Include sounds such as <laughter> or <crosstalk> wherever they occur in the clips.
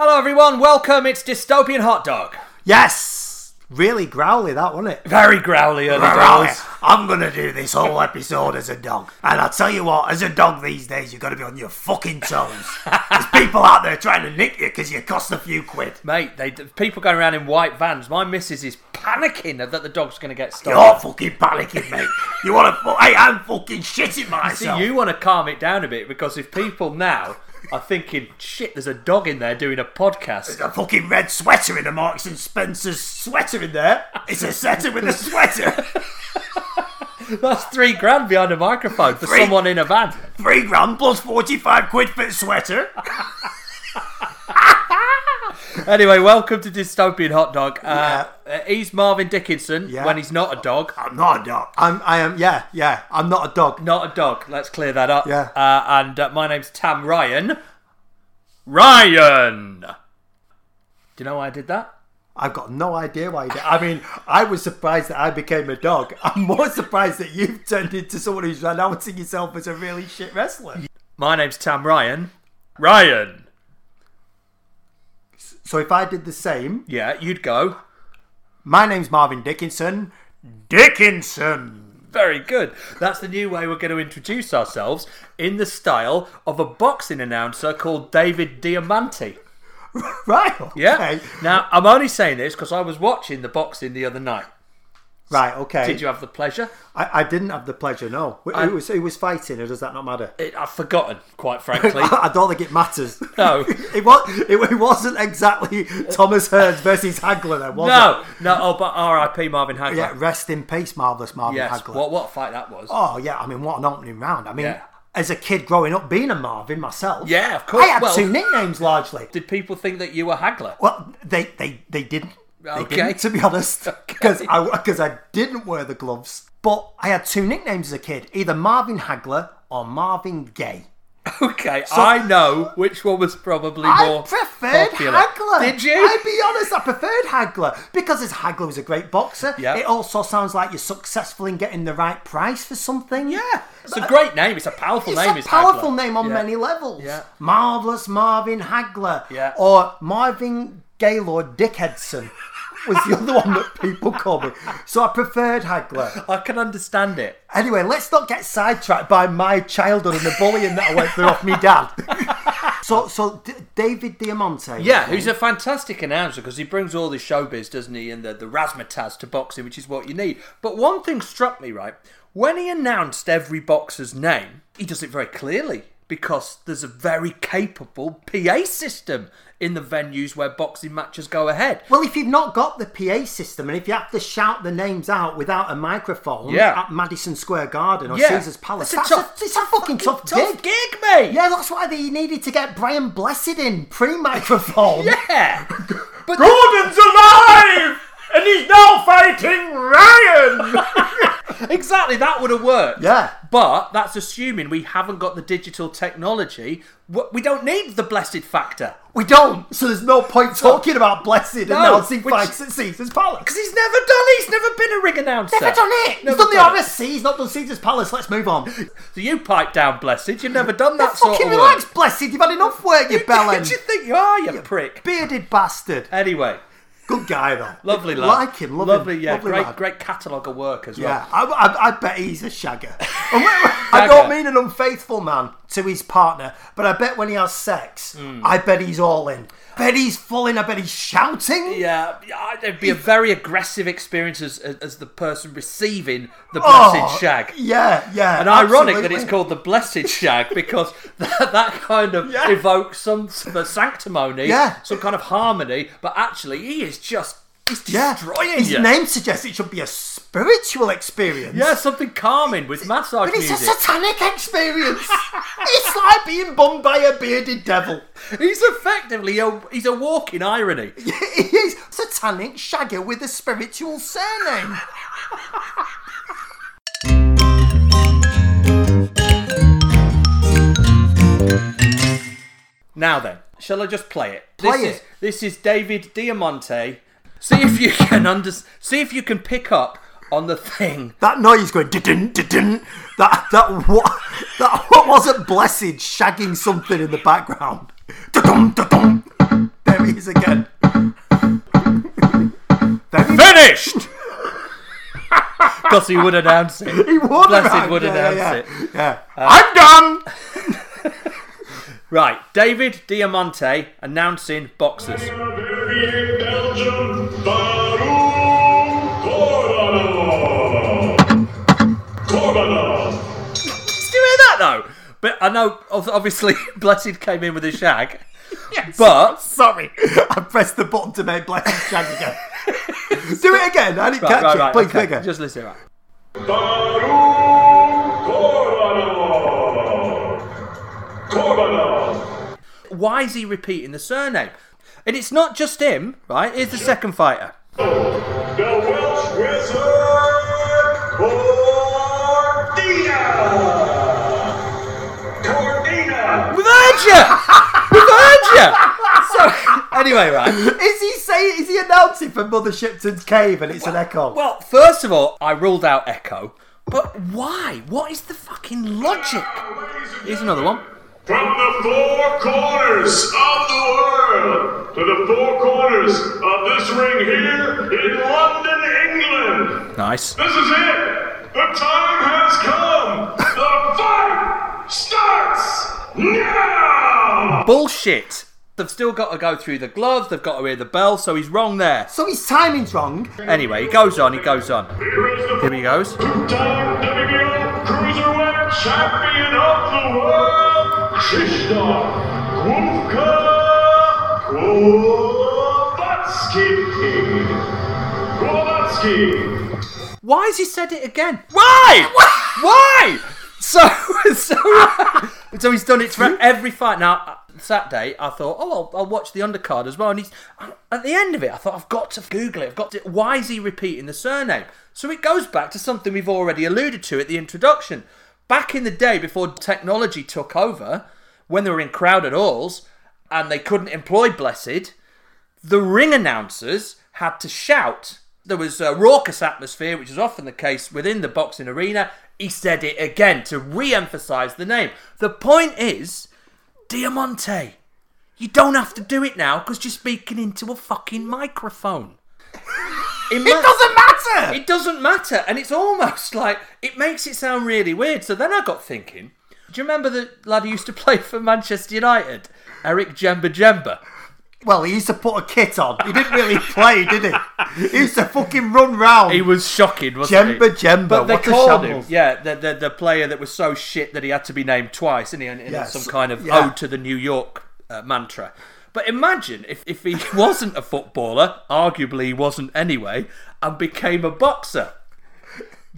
everyone, welcome. It's Dystopian Hot Dog. Yes! Really growly, that wasn't it? Very growly early <laughs> Growly. doors. I'm gonna do this whole episode as a dog. And I'll tell you what, as a dog these days, you've gotta be on your fucking <laughs> toes. There's people out there trying to nick you because you cost a few quid. Mate, they people going around in white vans. My missus is panicking that the dog's going to get You're stolen. fucking panicking, mate. You wanna. Fu- hey, I'm fucking shitting See, myself. you want to calm it down a bit because if people now are thinking, shit, there's a dog in there doing a podcast. <laughs> a fucking red sweater in a Marks and Spencer's sweater in there. It's a setter with a sweater. <laughs> That's three grand behind a microphone for Three- someone in a van. Three grand plus 45 quid for a sweater. Anyway, welcome to Dystopian Hot Dog. Uh, uh, he's Marvin Dickinson Yeah. when he's not a dog. I'm not a dog. I'm, I am, yeah, yeah. I'm not a dog. Not a dog. Let's clear that up. Yeah. Uh, and uh, my name's Tam Ryan. Ryan! Do you know why I did that? I've got no idea why you did. I mean, I was surprised that I became a dog. <laughs> I'm more surprised that you've turned into someone who's announcing yourself as a really shit wrestler. My name's Tam Ryan. Ryan! So if I did the same, Yeah, you'd go. my name's Marvin Dickinson. Dickinson. Very good. That's the new way we're going to introduce ourselves in the style of a boxing announcer called David Diamante. Right. Okay. <laughs> Yeah. Now, I'm only saying this because I was watching the boxing the other night. Right. Okay. Did you have the pleasure? I, I didn't have the pleasure. No. Who, who was who was fighting, or does that not matter? It, I've forgotten, quite <laughs> frankly. I don't think it matters. No. <laughs> it was. It, it wasn't exactly Thomas Hearns versus Hagler, then, was it? no, no. Oh, but R.I.P. Marvin Hagler. Yeah. Rest in peace, marvelous Marvin yes. Hagler. What what a fight that was? Oh yeah, I mean, what an opening round! I mean, Yeah. as a kid growing up, being a Marvin myself, Yeah, of course. I had Well- two nicknames largely. Did people think that you were <laughs> Hagler? Well, they they they didn't. Okay. They didn't, to <laughs> be honest, because I because I didn't wear the gloves. But I had two nicknames as a kid: either Marvin Hagler or Marvin Gay. Okay, I know which one was probably I more preferred popular. Hagler. Did you? I'll be honest, I preferred Hagler because as Hagler was a great boxer, Yeah. it also sounds like you're successful in getting the right price for something. yeah, it's a great name. It's a powerful It's name. a is powerful Hagler. name on Yeah. many levels. Yeah. Marvelous Marvin Hagler. Yeah. Or Marvin Gaylord Dickheadson was the other one that people called me. So I preferred Hagler. I can understand it. Anyway, let's not get sidetracked by my childhood and the bullying that I went through off me dad. so, so D- David Diamante. Yeah, who's a fantastic announcer because he brings all the showbiz, doesn't he, and the, the razzmatazz to boxing, which is what you need. But one thing struck me, right? When he announced every boxer's name, he does it very clearly because there's a very capable PA system in the venues where boxing matches go ahead. Well, if you've not got the PA system and if you have to shout the names out without a microphone Yeah. at Madison Square Garden or Yeah. Caesar's Palace, It's that's, a a, tough- it's a fucking tough, Tough gig. gig, mate! Yeah, that's why they needed to get Brian Blessed in pre-microphone. <laughs> Yeah! But Gordon's alive, and he's now fighting Ryan. <laughs> exactly, that would have worked. Yeah. But that's assuming we haven't got the digital technology. W- We don't need the blessed factor. We don't, so there's no point talking about Blessed and No, announcing which- fights at Caesar's Palace. Because he's never done it. He's never been a ring announcer. Never done it. Never he's done the done it. Odyssey. He's not done Caesar's Palace. Let's move on. So you pipe down, blessed. You've never done that sort Fucking of relax, work. Blessed. You've had enough work, you <laughs> bellend. Who do you think you are, you prick? Bearded bastard. Anyway, Good guy though. lovely lad. Like him. Love lovely, him. yeah, lovely great, lad. great catalogue of work as Yeah, well. I, I, I bet he's <laughs> a shagger. And when- I don't Shagger. mean an unfaithful man to his partner, but I bet when he has sex, Hmm. I bet he's all in. Bet he's full in. I bet he's shouting. Yeah, yeah, it'd be a very aggressive experience as, as the person receiving the Oh, blessed shag. Yeah, yeah. And ironic that absolutely. it's called the blessed shag because <laughs> that, that kind of Yeah. evokes some sort of sanctimony, Yeah. some kind of harmony. But actually, he is just—he's Yeah. destroying His you. name suggests it should be a spiritual experience. Yeah, something calming with massage But it's music. a satanic <laughs> experience. it's like being bummed by a bearded devil. <laughs> He's effectively a he's a walking irony. He is satanic shagger with a spiritual surname. Now then, shall I just play it? Play this is it. this is David Diamante. See if you <laughs> can under see if you can pick up on the thing. That noise going didn't didn't that that what that what wasn't blessed shagging something in the background. Dun-dun, dun-dun. There Here he is again. Then he, Finished! Because he would announce it. <laughs> he would Blessed arrive. would yeah, announce Uh, yeah, yeah. Yeah. I'm done. Right, David Diamante announcing boxers. Belgium, Belgium, Baruch Korbanov. Korbanov. Did you hear that though? But I know, ob- obviously, <laughs> Blessed came in with a <laughs> shag. But Sorry, I pressed the button to make Blessing shag again. Do it again. I didn't catch right, it. right, Please, okay, bigger. Just listen. Right. Baruch Korbanov. Korbanov. Why is he repeating the surname? And it's not just him, right? Here's the second fighter. The Welsh wizard, Cordina. Cordina. Virgia! Virgia! So, anyway, right. Is he saying? Is he announcing for Mother Shipton's cave and it's an echo? Well, first of all, I ruled out Echo. But why? What is the fucking logic? Here's another one. From the four corners of the world to the four corners of this ring here in London, England. Nice. This is it. The time has come. The fight starts now. Bullshit. They've still got to go through the gloves, they've got to hear the bell, so he's wrong there. so his timing's wrong. Anyway, he goes on, he goes on. Here is the Here he goes. Two-time WBO Cruiserweight Champion of the World, Krzysztof Główka Kowalski. Kowalski. Why has he said it again? <laughs> Why? Why? So, <laughs> so, so he's done it for every fight. Now, Saturday, I thought, oh, I'll, I'll watch the undercard as well. And he's uh, at the end of it, I thought, I've got to Google it. I've got to. Why is he repeating the surname? So it goes back to something we've already alluded to at the introduction. Back in the day, before technology took over, when they were in crowded halls and they couldn't employ Blessed, the ring announcers had to shout. There was a raucous atmosphere, which is often the case within the boxing arena. He said it again to re emphasise the name. The point is, Diamante, you don't have to do it now because you're speaking into a fucking microphone. It It doesn't matter. it doesn't matter, and it's almost like it makes it sound really weird. So then I got thinking. Do you remember the lad who used to <laughs> play for Manchester United, Eric Jemba Jemba? well, he used to put a kit on. He didn't really <laughs> play, did he? He used to fucking run round. He was shocking, wasn't he? Jemba Jemba. But they what called a him, shambles. yeah, the, the the player that was so shit that he had to be named twice, didn't he? In, in Yes, some kind of yeah. ode to the New York uh, mantra. But imagine if, if he <laughs> wasn't a footballer, arguably he wasn't anyway, and became a boxer.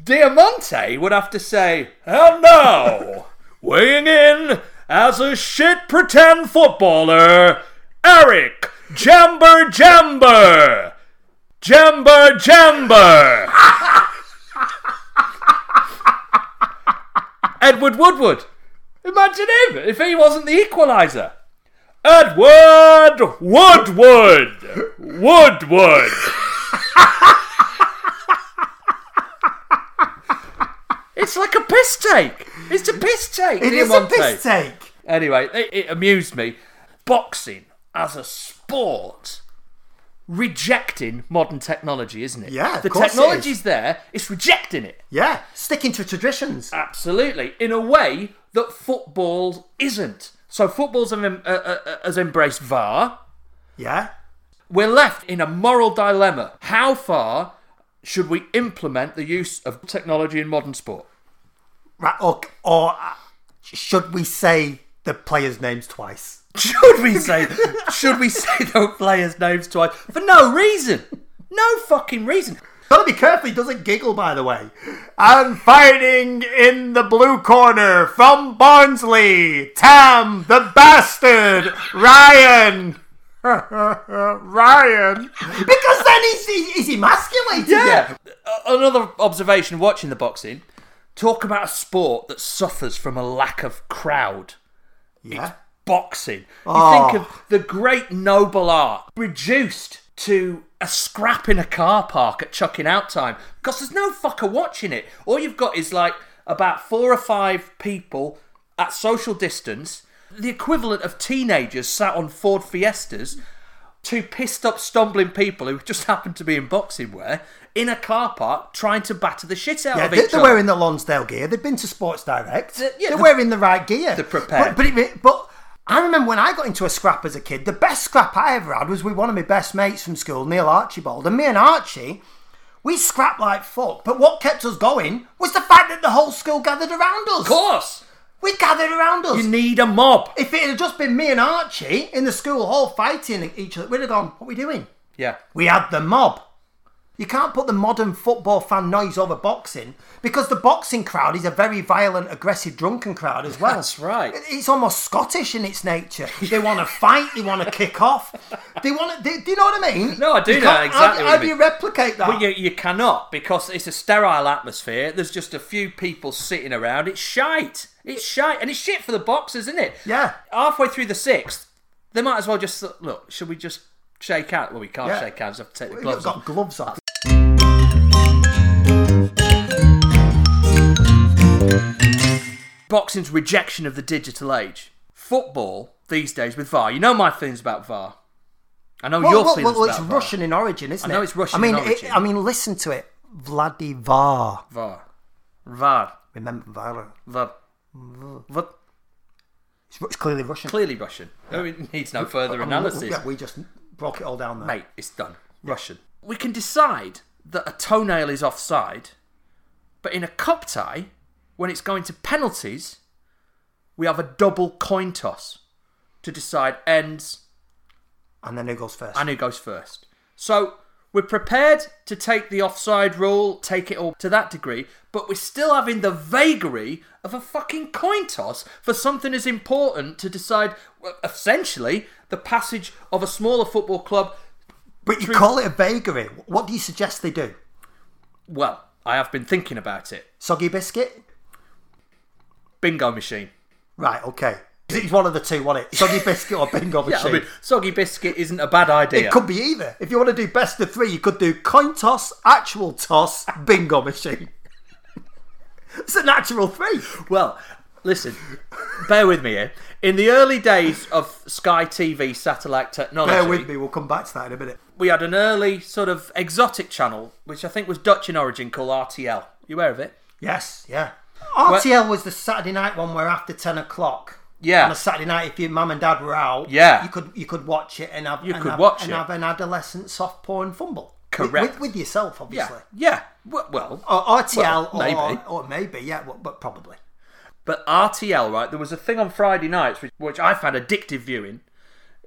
Diamante would have to say, and now, weighing in as a shit pretend footballer, Eric Jamber Jamber! Jamber Jamber! Edward Woodward. Imagine him if he wasn't the equaliser. Edward Woodward. Woodward. it's like a piss take. It's a piss take. It is a Diamante. piss take. Anyway, it, it amused me. Boxing as a sport rejecting modern technology, isn't it? Yeah, of The course it is. technology's there, it's rejecting it. Yeah, sticking to traditions. Absolutely, in a way that football isn't. So football's em- uh, uh, uh, has embraced VAR. Yeah. We're left in a moral dilemma. How far should we implement the use of technology in modern sport? <laughs> Right. Or, or uh, should we say the players' names twice? Should we say? should we say <laughs> the players' names twice for no reason? No fucking reason. Gotta be careful, he doesn't giggle, by the way. And fighting in the blue corner from Barnsley, Tam the Bastard, Ryan. <laughs> Ryan. Because then he's, he- he's emasculated. Yeah. A- Another observation watching the boxing. Talk about a sport that suffers from a lack of crowd. Yeah. boxing. You Oh. think of the great noble art reduced to a scrap in a car park at chucking out time because there's no fucker watching it. All you've got is like about four or five people at social distance, the equivalent of teenagers sat on Ford Fiestas two pissed up, stumbling people who just <laughs> happened to be in boxing wear in a car park trying to batter the shit out Yeah, of they, each they're other. wearing the Lonsdale gear. They've been to Sports Direct. Uh, yeah, they're the- wearing the right gear. They're prepared. But but, it, but I remember when I got into a scrap as a kid. The best scrap I ever had was with one of my best mates from school, Neil Archibald, and me and Archie. We scrapped like fuck, but what kept us going was the fact that the whole school gathered around us. of course, We gathered around us. you need a mob. if it had just been me and Archie in the school hall fighting each other, we'd have gone, what are we doing? Yeah. We had the mob. You can't put the modern football fan noise over boxing because the boxing crowd is a very violent, aggressive, drunken crowd as well. That's right. It- It's almost Scottish in its nature. They want to fight. They want to kick off. They want to. They, do you know what I mean? No, I do You know can't- exactly what How, how you do you mean. replicate that? But you, you cannot because it's a sterile atmosphere. There's just a few people sitting around. It's shite. It's shite. And it's shit for the boxers, isn't it? Yeah. Halfway through the sixth, they might as well just look, should we just shake hands? Well, we can't Yeah. shake hands. I have to take the You've gloves got off. gloves on. Boxing's rejection of the digital age. Football these days with VAR. You know my feelings about VAR. I know your well, well, feelings well, it's about VAR. Russian in origin, isn't it? know it's Russian I mean, in origin. It, I mean, listen to it. Vladivar. VAR. VAR. Remember Vara. VAR. VAR. It's, it's clearly Russian. Clearly Russian. <laughs> I mean, it needs no further I mean, analysis. <laughs> Yeah, we just broke it all down there. mate, it's done. Russian. We can decide that a toenail is offside, but in a cup tie, when it's going to penalties, we have a double coin toss to decide ends And then who goes first? and who goes first. So we're prepared to take the offside rule, take it all to that degree, but we're still having the vagary of a fucking coin toss for something as important to decide, well, essentially, the passage of a smaller football club But you call it a vagary. What do you suggest they do? Well, I have been thinking about it. Soggy biscuit? Bingo machine. Right, okay. It's one of the two, wasn't <laughs> it? Soggy biscuit or bingo Yeah, I machine? mean, soggy biscuit isn't a bad idea. It could be either. If you want to do best of three, you could do coin toss, actual toss, bingo machine. <laughs> it's a natural three. Well, listen, bear with me here. In the early days of Sky TV satellite technology, Bear with me, we'll come back to that in a minute. we had an early sort of exotic channel, which I think was Dutch in origin, called RTL. You aware of it? Yes, yeah. RTL was the Saturday night one where after 10 o'clock. Yeah. On a Saturday night, if your mum and dad were out, Yeah. you could you could watch it and have You and could have, watch and it. have an adolescent soft porn fumble. With- Correct. with, with yourself, Yeah. obviously. Yeah. Well, well Or RTL, Well, maybe. or, or maybe, yeah, well, but probably. But RTL, right? There was a thing on Friday nights which, which I found addictive viewing,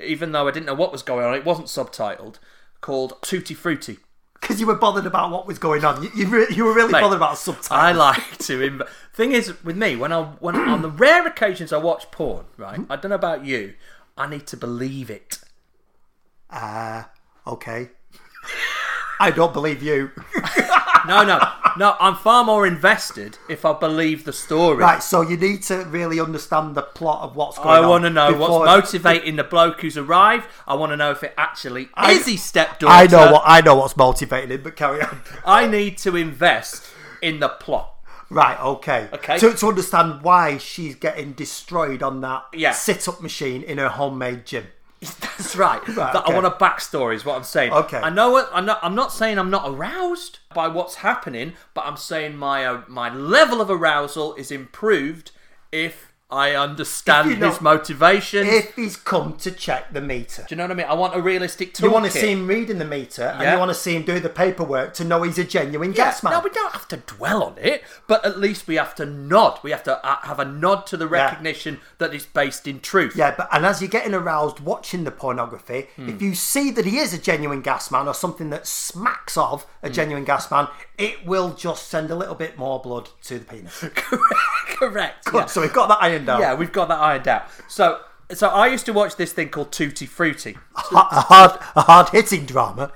even though I didn't know what was going on. It wasn't subtitled, called Tutti Frutti. Because you were bothered about what was going on. You, you, re- you were really Mate, bothered about I subtitles. like to. Inv- Thing is, with me, when I when on the rare occasions I watch porn, right? I don't know about you. I need to believe it. okay. I don't believe you. No, no, no. I'm far more invested if I believe the story. Right, so you need to really understand the plot of what's going I on. want to know before- what's motivating the bloke who's arrived. I want to know if it actually I- is he stepdaughter. I know what I know what's motivating it, but carry on. I need to invest in the plot. Right, okay. Okay. To, to understand why she's getting destroyed on that Yeah. sit up machine in her homemade gym. <laughs> That's right. That okay. I want a backstory is what I'm saying. Okay. I know what I know, I'm not saying I'm not aroused by what's happening, but I'm saying my uh, my level of arousal is improved if I understand If you know- his motivation. If he's come to check the meter. Do you know what I mean? I want a realistic toolkit. You want to see him reading the meter and Yeah. you want to see him do the paperwork to know he's a genuine Yeah, gas man. No, we don't have to dwell on it, but at least we have to nod. We have to uh, have a nod to the recognition that it's based in truth. Yeah, but and as you're getting aroused watching the pornography, Hmm. if you see that he is a genuine gas man or something that smacks of Hmm. a genuine gas man, it will just send a little bit more blood to the penis. <laughs> Correct. <laughs> yeah. So we've got that ironed out. Yeah, we've got that ironed out. So, so I used to watch this thing called Tutti Frutti. Ha- A hard, a hard hitting drama.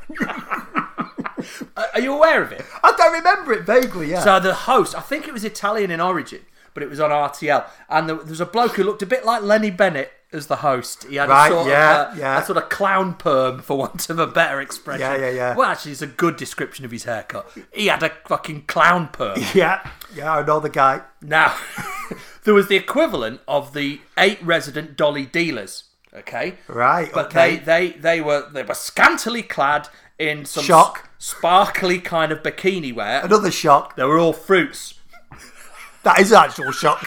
Are- Are you aware of it? I don't remember it vaguely. <laughs> Yeah. So the host, I think it was Italian in origin, but it was on RTL, and there, there was a bloke who looked a bit like Lenny Bennett as the host. He had Right, a sort yeah, of uh, yeah. a sort of clown perm, for want of a better expression. Yeah, yeah, yeah. Well, actually, it's a good description of his haircut. He had a fucking clown perm. yeah, yeah, I know the guy. <laughs> now, there was the equivalent of the eight resident dolly dealers Okay. Right, But okay. they, they they were they were scantily clad in some Shock. s- sparkly kind of bikini wear. Another shock. They were all fruits. That is an actual shock.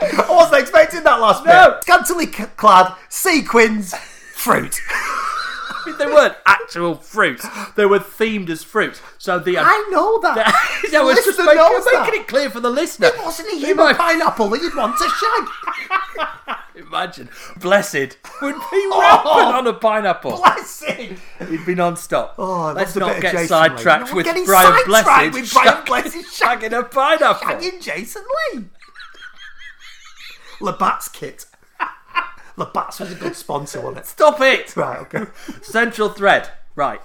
I wasn't expecting that last No. bit. Scantily c- clad, sequins, fruit. I mean, they weren't actual fruits. They were themed as fruits. So the <laughs> um, I know that. <laughs> that was just Listener making, knows making that. it clear for the listener. It wasn't a They human might- pineapple that you'd want to <laughs> shag. Imagine, blessed would <laughs> be Oh. rampant on a pineapple. Blessing. He'd be non-stop. Oh, I Let's loved a not bit of get Jason sidetracked Lee. No, we're with getting Brian sidetracked Blessed with Brian shagging- <laughs> Blessed shagging a pineapple. Shagging Jason Lee. Labatt's kit. Labatt's was a good sponsor, wasn't it? Stop it! Right, <laughs> okay. Central thread. Right.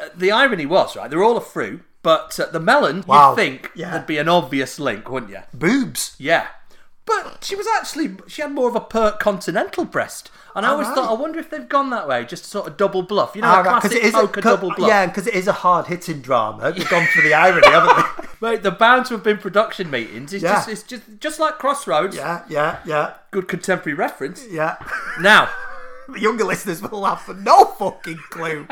Uh, the irony was right. They're all a fruit, but uh, the melon. Wow. You'd think Yeah. there'd be an obvious link, wouldn't you? Boobs. Yeah. But she was actually she had more of a pert continental breast, and I always right. thought, I wonder if they've gone that way, just to sort of double bluff. You know, Ah, that right, classic a- poker 'cause- double bluff. Yeah, because it is a hard hitting drama. They've gone for the irony, haven't Mate, they're bound to have been production meetings. It's Yeah. just it's just just like Crossroads. they? <laughs> Yeah, yeah, yeah, Good contemporary reference. yeah. <laughs> Now, The younger listeners will laugh for no fucking clue.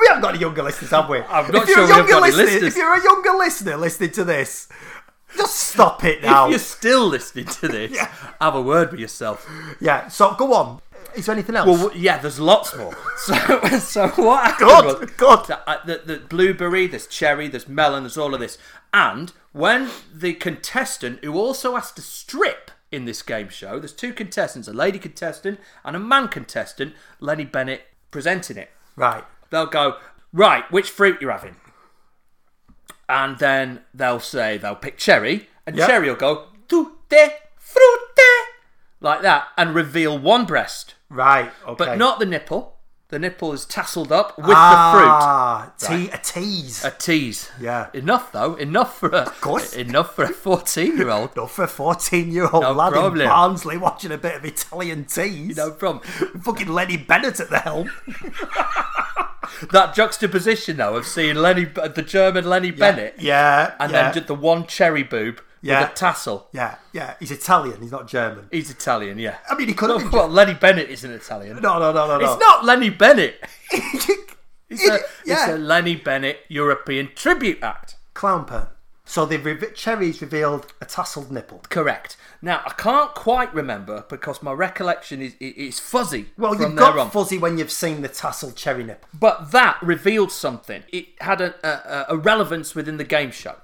We haven't got any younger listeners, have we? I'm not if you're sure a we have younger got any listener, listeners. if you're a younger listener listening to this, just stop it now. if you're still listening to this, Yeah. have a word with yourself. Yeah. So go on. Is there anything else? Well, w- yeah, there's lots more. <laughs> So, so what happened God, was God. that, uh, the, the blueberry, there's cherry, there's melon, there's all of this. And when the contestant, who also has to strip in this game show, there's two contestants, a lady contestant and a man contestant, Lenny Bennett presenting it. right. They'll go, right, which fruit you're having? And then they'll say they'll pick cherry, and Yep. cherry will go, tutte frutte, like that, and reveal one breast Right. Okay. but not the nipple. The nipple is tasseled up with ah, the fruit. Te- A tease. the fruit. A tease. Yeah. Enough though. Enough for a. Of course. Enough for a fourteen-year-old. <laughs> Enough for a 14 year old No lad problem. in Barnsley watching a bit of Italian tease. no problem. Fucking Lenny Bennett at the helm. That juxtaposition though of seeing Lenny, the German Lenny Bennett, Yeah. and yeah, then just the one cherry boob Yeah. with a tassel. Yeah, yeah. He's Italian, he's not German. He's Italian, yeah. I mean, he could have been. well, Lenny Bennett isn't Italian. No, no, no, no, no. It's not Lenny <laughs> Bennett. It's It's a, it's yeah. a Lenny Bennett European Tribute Act. Clown pen. So the re- cherries revealed a tasseled nipple. Correct. Now I can't quite remember because my recollection is i- is fuzzy. Well, from you've there got on. fuzzy when you've seen the tasseled cherry nipple. But that revealed something. It had a, a, a relevance within the game show.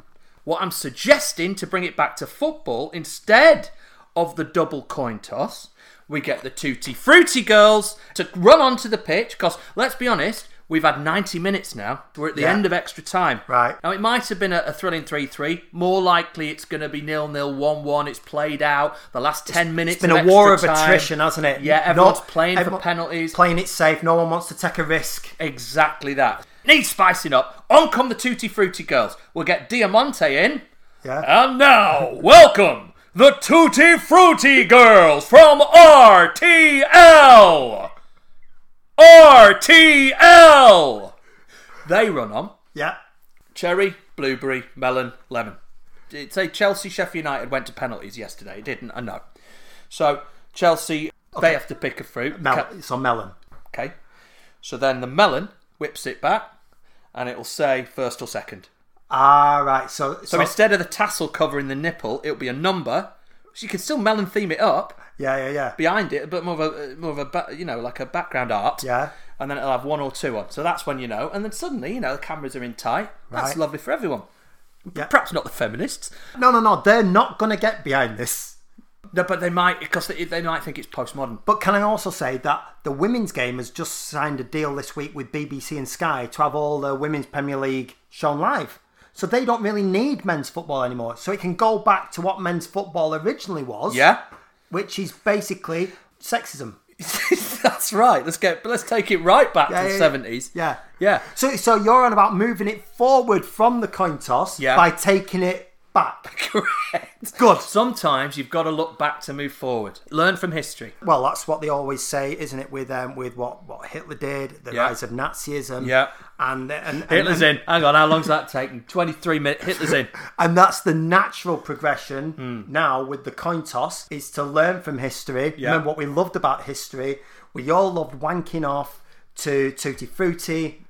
What I'm suggesting to bring it back to football instead of the double coin toss, we get the tutti frutti girls to run onto the pitch. Because let's be honest, we've had 90 minutes now. We're at the Yeah. end of extra time. Right. Now it might have been a, a thrilling three-three. More likely, it's going to be nil-nil, one-one. It's played out. The last 10 minutes. It's been of a war of extra time. attrition, hasn't it? Yeah, Not- everyone's playing everyone- for penalties. Playing it safe. No one wants to take a risk. Exactly that. Needs spicing up. On come the Tutti Frutti girls. We'll get Diamante in. Yeah. And now, welcome the Tutti Frutti girls from RTL. RTL. They run on Yeah. cherry, blueberry, melon, lemon. Did say Chelsea, Sheffield United went to penalties yesterday, didn't I? No. So Chelsea, they have to pick a fruit. Mel- Ca- it's on melon. Okay. So then the melon whips it back and it'll say first or second. Ah, right. So, so, So instead of the tassel covering the nipple, it'll be a number. So you can still melon theme it up yeah, yeah, yeah. behind it, but more of a more of a ba- you know like a background art. Yeah. And then it'll have one or two on. So that's when you know. And then suddenly you know the cameras are in tight. That's Right. lovely for everyone. Yeah. Perhaps not the feminists, No, no, no. They're not going to get behind this. no, but they might because they, they might think it's postmodern. But can I also say that the women's game has just signed a deal this week with BBC and Sky to have all the women's Premier League shown live. So they don't really need men's football anymore. So it can go back to what men's football originally was. Yeah. <laughs> Which is basically sexism. that's right. Let's get let's take it right back Yeah, to yeah, the seventies. Eh, Yeah. Yeah. <laughs> So so you're on about moving it forward from the coin toss Yeah. by taking it back. Correct. Good. Sometimes you've got to look back to move forward. Learn from history. Well, that's what they always say, isn't it? With um, with what, what Hitler did, the Yeah. rise of Nazism, Yeah. and and, and Hitler's and, in. Hang on, how long's that taking? 23 minutes. Hitler's in. and that's the natural progression now with the coin toss is to learn from history. Hmm. Yeah. Remember what we loved about history? We all loved wanking off to Tutti Frutti.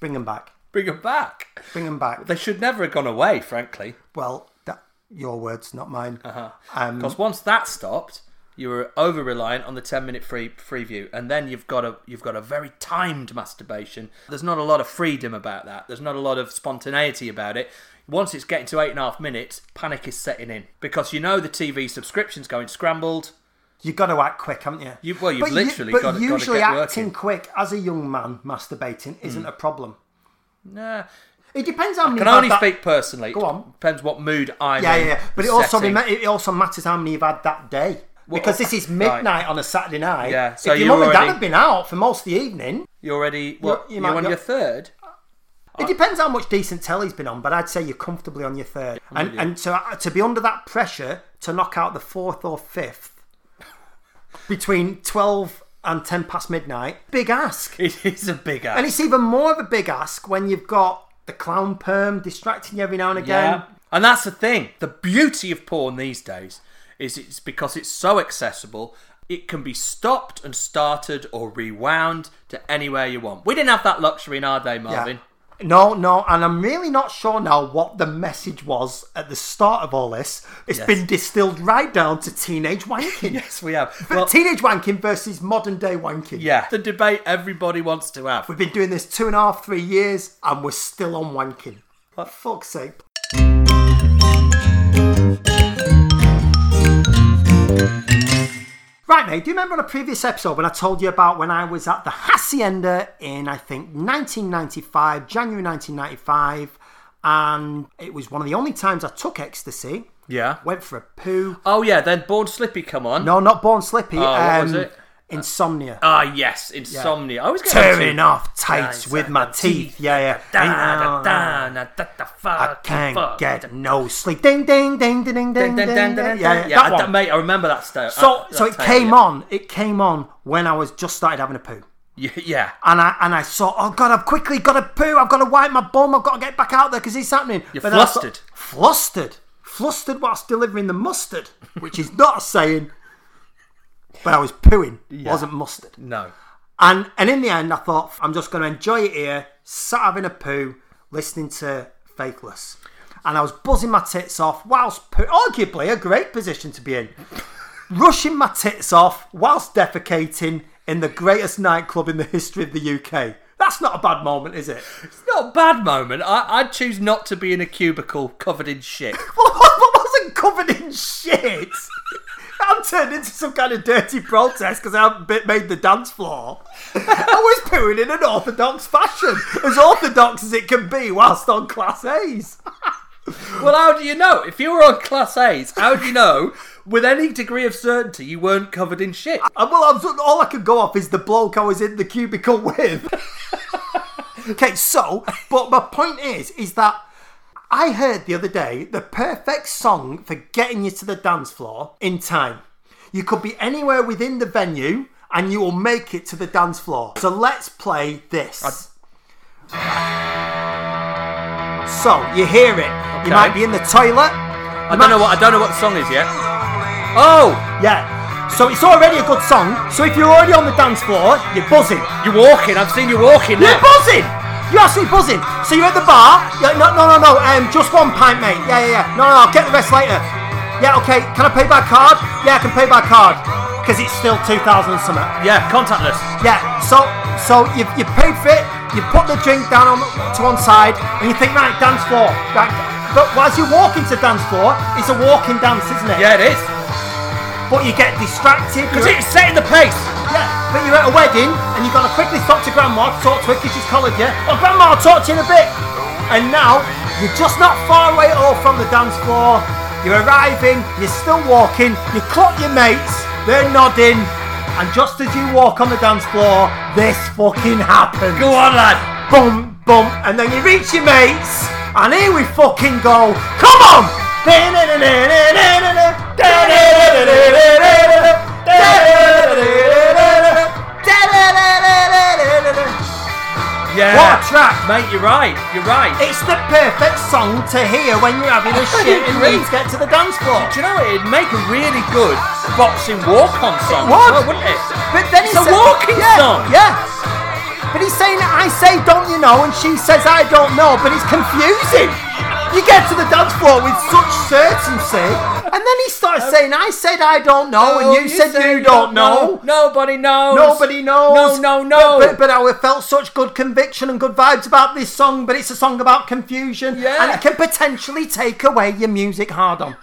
Bring them back. <laughs> Bring them back. Bring them back. They should never have gone away, frankly. Well, that your words, not mine. Uh-huh. Um, Because once that stopped, you were over reliant on the ten minute free free view, and then you've got a you've got a very timed masturbation. There's not a lot of freedom about that. There's not a lot of spontaneity about it. Once it's getting to eight and a half minutes, panic is setting in because you know the TV subscription's going scrambled. You've got to act quick, haven't you? You- well, you've but literally but gotta- gotta usually get acting working. quick as a young man masturbating isn't a problem. Nah, It depends how many. can you've only had that- speak personally. Go on. Depends what mood I'm Yeah, in. yeah, yeah. But it the also setting. rem- it also matters how many you've had that day. Because this is midnight on a Saturday night. Yeah, so if your you're mum and dad already- have been out for most of the evening, You're already what? you You're, might on go- your <laughs> third. it depends how much decent telly's been on, but I'd say you're comfortably on your third. And and to to be under that pressure to knock out the fourth or <laughs> fifth between twelve and ten past midnight, big ask. It is a big ass. And it's even more of a big ask when you've got the clown perm distracting you every now and again. Yeah. And that's the thing. The beauty of porn these days is it's because it's so accessible, it can be stopped and started or rewound to anywhere you want. We didn't have that luxury in our day, Marvin. No, no, and I'm really not sure now what the message was at the start of all this. It's Yes. been distilled right down to teenage <laughs> wanking. Yes, we have. But Well, teenage wanking versus modern day wanking. yeah, the debate everybody wants to have. We've been doing this two and a half, three years, and we're still on wanking. For fuck's sake. Right, mate, do you remember on a previous episode when I told you about when I was at the Hacienda in, I think, 1995, January 1995, and it was one of the only times I took ecstasy, Yeah. went for a poo. Oh yeah, then Born Slippy come on. No, not Born Slippy. Oh, um, what was it? Insomnia. Ah yes, insomnia. I was getting Tearing off tights with my teeth. Yeah, yeah. uh, Da, da, da, da, da, da, I fuck, can't fuck. get no sleep. Ding, ding, ding, ding, ding, Dun, dun, ding, dun, ding. dun, ding. dun. Yeah, Yeah, that I- one. mate, I remember that sta- So, uh, that so it tale, came yeah. on. It came on when I was just started having a poo, Yeah, yeah. and I and I saw, oh god, I've quickly got to poo. I've got to wipe my bum. I've got to get back out there because it's happening. You're But then I thought- flustered. flustered, flustered whilst delivering the mustard, which is not a saying. But I was pooing, wasn't mustard. No. And and in the end, I thought I'm just going to enjoy it here, sat having a poo, listening to Faithless, and I was buzzing my tits off whilst poo. Arguably, a great position to be in, rushing my tits off whilst defecating in the greatest nightclub in the history of the UK. That's not a bad moment, is it? Not a bad moment. I, I'd choose not to be in a cubicle covered in shit. <laughs> Well, I wasn't covered in shit. I'm turned into some kind of dirty protest because I haven't bit- made the dance floor. <laughs> I was pooing in an orthodox fashion, as orthodox as it can be, whilst on class A's. well, how do you know? If you were on class A's, how do you know with any degree of certainty you weren't covered in shit? And Uh, well, I was, all I could go off is the bloke I was in the cubicle <laughs> with. okay, so, but my point is, is that I heard the other day the perfect song for getting you to the dance floor in time. You could be anywhere within the venue and you will make it to the dance floor. So let's play this. So you hear it. Okay. You might be in the toilet. I don't know what I don't know what the song is yet. Oh, Yeah. So it's already a good song. So if you're already on the dance floor, you're buzzing. you're walking. I've seen you walking You're now. buzzing! You're absolutely buzzing. So you're at the bar. You're like, no, no, no, no. Um, just one pint, mate. Yeah, yeah, yeah. No, no, I'll get the rest later. Yeah, okay. Can I pay by card? Yeah, I can pay by card. Because it's still 2000 and something. Yeah, contactless. Yeah. So, so you you paid for it. You put the drink down on, to one side, and you think, right, dance floor. Right. But as you walk into dance floor, it's a walking dance, isn't it? Yeah, it is. But you get distracted. Because you're- it's setting the pace. yeah, but you're at a wedding and you've got to quickly stop to grandma to talk to her because she's collared you. Oh, grandma, I'll talk to you in a bit. And now you're just not far away at all from the dance floor. You're arriving, you're still walking, you clock your mates, they're nodding. And just as you walk on the dance floor, this fucking happens. Go on, lad. Bump, bump, and then you reach your mates. And here we fucking go. Come on! Yeah. What a track! Mate, you're right. You're right. It's the perfect song to hear when you're having a shit and agree. need to get to the dance floor. Do you know what? It'd make a really good boxing walk-on song, What? as well, wouldn't it? But then It's a he said- walking yeah, song. Yeah. But he's saying that I say don't you know and she says I don't know, but it's confusing. You get to the dance floor with such certainty, and then he starts Uh, saying I said I don't know Oh, Oh, and you, said, you don't know. Nobody knows. Nobody knows. No, no, no. But, but, but I felt such good conviction and good vibes about this song, but it's a song about confusion. Yeah. And it can potentially take away your music hard on.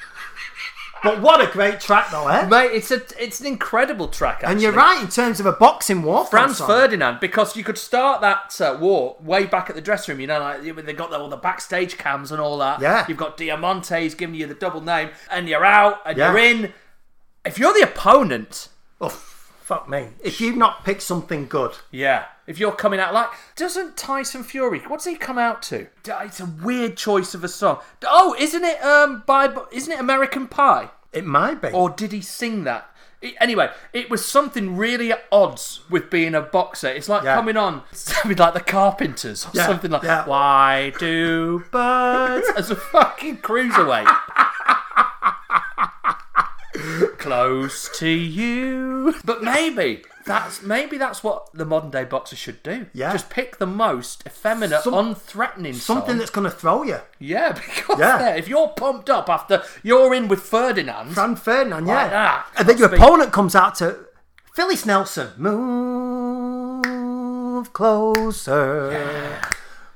But what a great track, though, eh? Mate, it's a it's an incredible track. Actually. And you're right in terms of a boxing war. Franz song. Ferdinand, because you could start that uh, war way back at the dressing room. You know, like when they got all the backstage cams and all that. Yeah. You've got Diamante's giving you the double name, and you're out and Yeah. you're in. If you're the opponent, Oh, fuck me. If you've not picked something good, yeah. If you're coming out like, doesn't Tyson Fury? What's he come out to? D- It's a weird choice of a song. D- Oh, isn't it um by isn't it American Pie? it might be. Or did he sing that? I- Anyway, it was something really at odds with being a boxer. It's like Yeah. coming on <laughs> something like the Carpenters or Yeah, something like yeah. "Why do birds?" as a fucking cruiserweight. Close to you, but maybe that's maybe that's what the modern day boxer should do. Yeah. just pick the most effeminate, Some- unthreatening <laughs> something song. that's going to throw you. yeah, <laughs> because Yeah. there- if you're pumped up after you're in with Ferdinand, Fran Ferdinand, yeah. Like that. And then your Speak. opponent comes out to Phyllis Nelson. Move closer.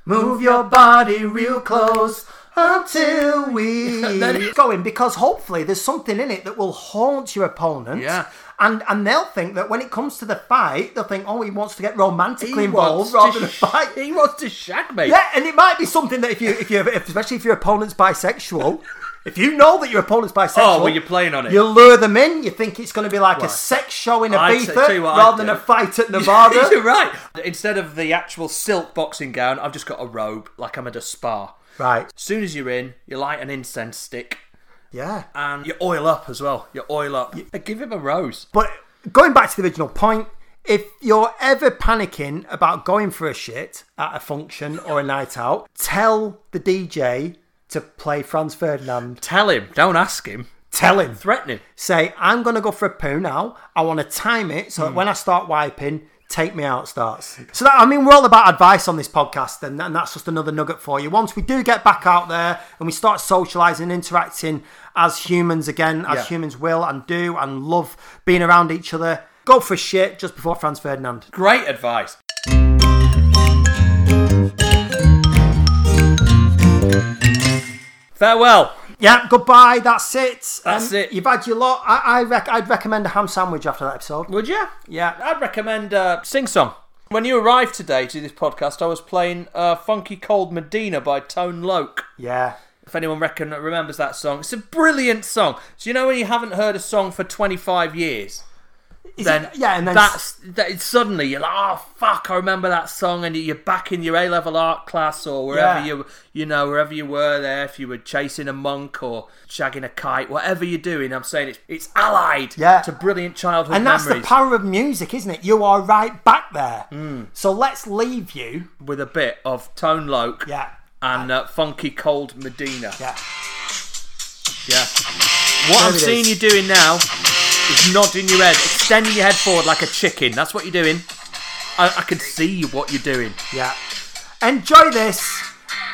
Move your body real close <laughs> until we Then it- going because hopefully there's something in it that will haunt your opponent. Yeah. And, and they'll think that when it comes to the fight, they'll think, oh, he wants to get romantically wants involved to rather than sh- fight. He wants to shag me. Yeah, and it might be something that if you if you if, especially if your opponent's bisexual, if you know that your opponent's bisexual, Oh, well, you're playing on it. You lure them in. You think it's going to be like a Right. sex show in I'd say- Ibiza tell you what I'd rather than a do. fight <laughs> at Nevada. You're right. Instead of the actual silk boxing gown, I've just got a robe, like I'm at a spa. right? Soon as you're in, you light an incense stick Yeah. and you oil up as well. You oil up. I give him a rose. But going back to the original point, if you're ever panicking about going for a shit at a function or a night out, tell the DJ to play Franz Ferdinand. Tell him. Don't ask him. Tell him. Threaten him. say, I'm going to go for a poo now. I want to time it Hmm. so that when I start wiping, take me out starts. So, that, I mean, we're all about advice on this podcast, and, and that's just another nugget for you. Once we do get back out there and we start socializing, interacting as humans again, as Yeah. humans will and do and love being around each other, go for shit just before Franz Ferdinand. Great advice. Farewell. Yeah, goodbye. That's it. Um, That's it. You've had your lot. I, I rec- I'd recommend a ham sandwich after that episode. Would you? Yeah. I'd recommend uh, Sing Song. When you arrived today to this podcast, I was playing uh, Funky Cold Medina by Tone Loc. Yeah. If anyone reckon, remembers that song, it's a brilliant song. So you know when you haven't heard a song for 25 years, Is then it- <laughs> yeah, and then that's that. it's suddenly you're like, oh fuck, I remember that song, and you're back in your A level art class or wherever Yeah. you you know wherever you were there. If you were chasing a monk or shagging a kite, whatever you're doing, I'm saying it's it's allied Yeah. to brilliant childhood And that's memories the power of music, isn't it? You are right back there. So let's leave you. with a bit of Tone Loc Yeah. and uh, Funky Cold Medina. Yeah. Yeah. What I'm There it seeing is. you doing now is nodding your head, extending your head forward like a chicken. That's what you're doing. I, I can see what you're doing. Yeah. Enjoy this.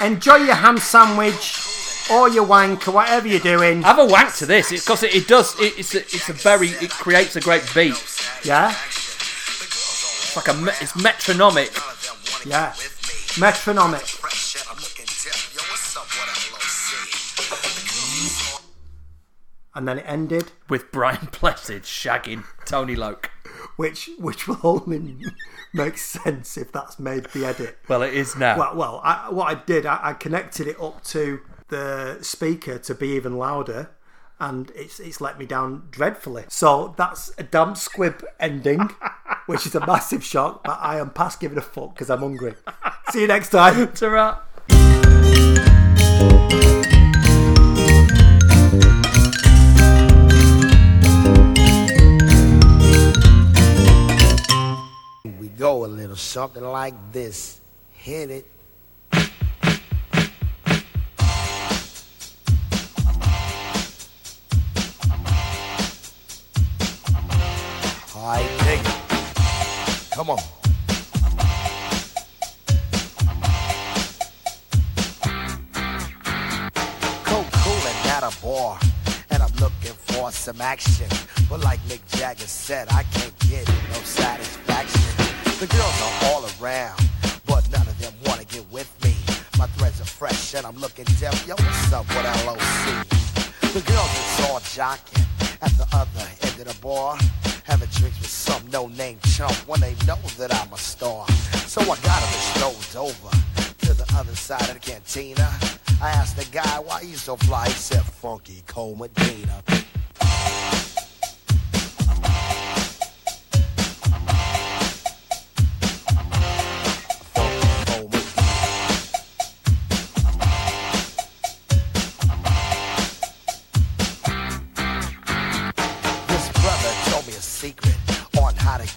Enjoy your ham sandwich or your wank or whatever you're doing. Have a wank to this, because it, it does. It, it's a, it's a very. It creates a great beat. It's Yeah. like a. me- It's metronomic. Yeah. Metronomic. And then it ended, With Brian <laughs> Blessed shagging Tony Loke. which which will <laughs> only make sense if that's made the edit. Well, it is now. Well, well, I, what I did, I, I connected it up to the speaker to be even louder, and it's it's let me down dreadfully. So that's a damn squib ending, which is a massive shock. But I am past giving a fuck because I'm hungry. See you next time. Ta-ra. go a little something like this. Hit it. All right, dig it. Come on. cold, cool, and not a bore. And I'm looking for some action. But like Mick Jagger said, I can't get no satisfaction. The girls are all around, but none of them wanna get with me. My threads are fresh and I'm looking deaf. Yo, what's up with LOC? The girls is all jocking at the other end of the bar. Having drinks with some no-name chump when they know that I'm a star. So I got them strolled over to the other side of the cantina. I asked the guy why he's so fly. He said, Funky Cole Medina. Funky Cole Medina. This brother told me a secret on how to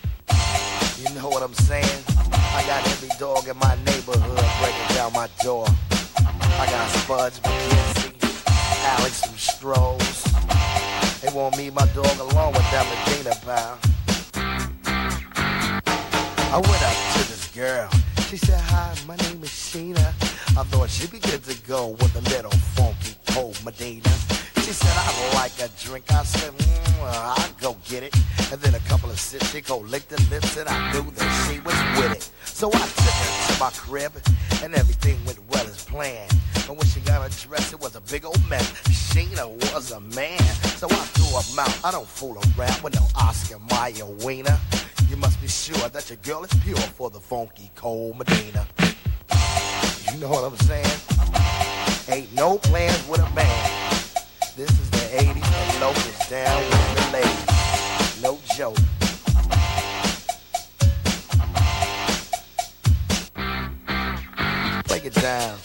You know what I'm saying? I got every dog in my neighborhood breaking down my door. I got Spuds, McKenzie, Alex from Strohs. They won't leave my dog alone with that Medina bound. I went up to this girl. She said, hi, my name is Sheena. I thought she'd be good to go with a little funky cold Medina. She said, I like a drink. I said, mm, I'll go get it. And then a couple of sips, she go lick the lips, and I knew that she was with it. So I took her to my crib, and everything went well as planned. And when she got undressed, it was a big old mess. Sheena was a man. So I threw her mouth. I don't fool around with no Oscar Mayer wiener. You must be sure that your girl is pure for the funky cold Medina. You know what I'm saying? Ain't no plans with a man. This is the 80s and Loke is down with the ladies. No joke. Break it down.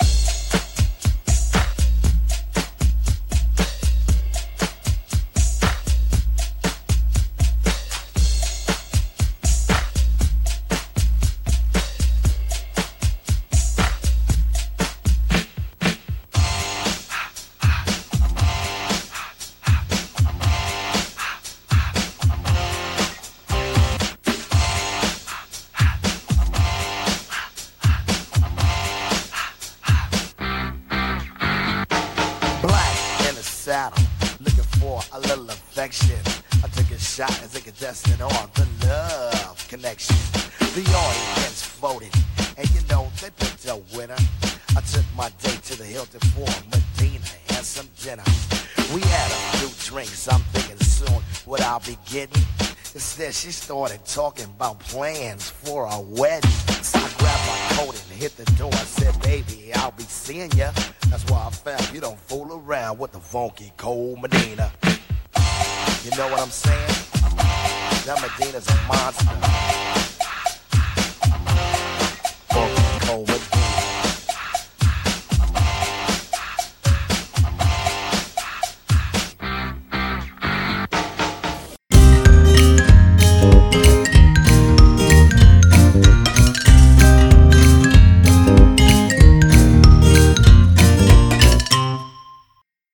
black in a saddle, looking for a little affection. I took a shot as a contestant on the love connection. The audience voted, and you know they picked a winner. I took my date to the Hilton for Medina and some dinner. We had a few drinks. I'm thinking soon what I'll be getting. Instead, she started talking about plans for a wedding. So I grabbed my coat and hit the door. I said, baby, I'll be seeing ya. That's why I found you don't fool around with the funky cold Medina. You know what I'm saying? That Medina's a monster. Funky cold Medina.